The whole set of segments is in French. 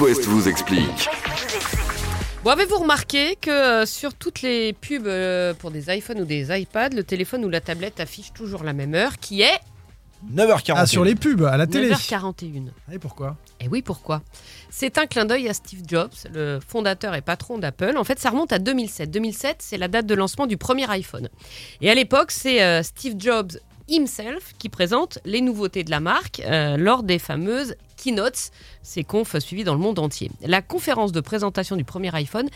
West vous explique. Bon, avez-vous remarqué que euh, sur toutes les pubs euh, pour des iPhones ou des iPads, le téléphone ou la tablette affiche toujours la même heure, qui est 9h40. Ah, sur les pubs, à la télé. Ah, 9h41 Et pourquoi Et Eh oui, pourquoi C'est un clin d'œil à Steve Jobs, le fondateur et patron d'Apple. En fait, ça remonte à 2007. 2007, c'est la date de lancement du premier iPhone. Et à l'époque, c'est euh, Steve Jobs himself qui présente les nouveautés de la marque euh, lors des fameuses keynotes, ces confs suivies dans le monde entier. La conférence de présentation du premier iPhone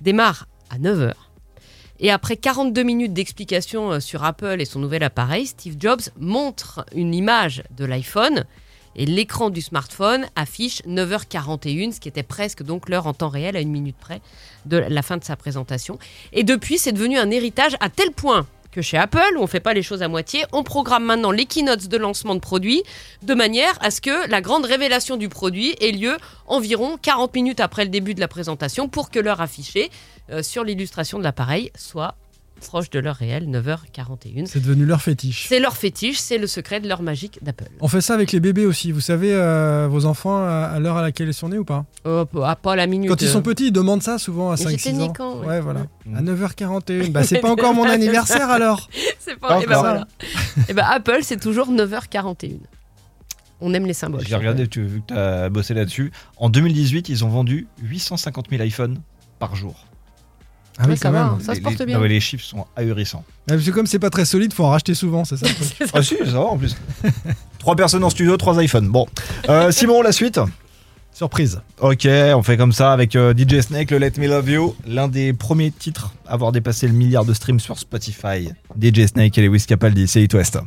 démarre à 9h. Et après 42 minutes d'explications euh, sur Apple et son nouvel appareil, Steve Jobs montre une image de l'iPhone et l'écran du smartphone affiche 9h41, ce qui était presque donc l'heure en temps réel à une minute près de la fin de sa présentation. Et depuis, c'est devenu un héritage à tel point que chez Apple, où on ne fait pas les choses à moitié, on programme maintenant les keynotes de lancement de produits de manière à ce que la grande révélation du produit ait lieu environ 40 minutes après le début de la présentation pour que l'heure affichée euh, sur l'illustration de l'appareil soit proche de l'heure réelle, 9h41. C'est devenu leur fétiche. C'est leur fétiche, c'est le secret de l'heure magique d'Apple. On fait ça avec les bébés aussi. Vous savez, euh, vos enfants, à, à l'heure à laquelle ils sont nés ou pas Hop, Oh, à pas la minute. Quand ils sont petits, ils demandent ça souvent à Mais 5-6 j'étais né ans. quand, Mm. Ah, ouais. ouais, voilà. À 9h41. Bah, c'est pas encore mon anniversaire alors. C'est Pas pas. Et ben encore. voilà. Eh ben, Apple, c'est toujours 9h41. On aime les symboles. J'ai regardé, tu, vu que tu as bossé là-dessus. En 2018, ils ont vendu 850 000 iPhones par jour. Ah Ouais, ça va, hein, ça Les- se porte les- bien. non, mais les chiffres sont ahurissants. Ah, Parce que comme c'est pas très solide, faut en racheter souvent, c'est ça le truc. Ah si, ça va en plus. Trois personnes en studio, trois iPhones. Bon. Euh, Simon, la suite Surprise. Ok, on fait comme ça avec euh, DJ Snake, le Let Me Love You, l'un des premiers titres à avoir dépassé le milliard de streams sur Spotify. DJ Snake et Lewis Capaldi, c'est It West.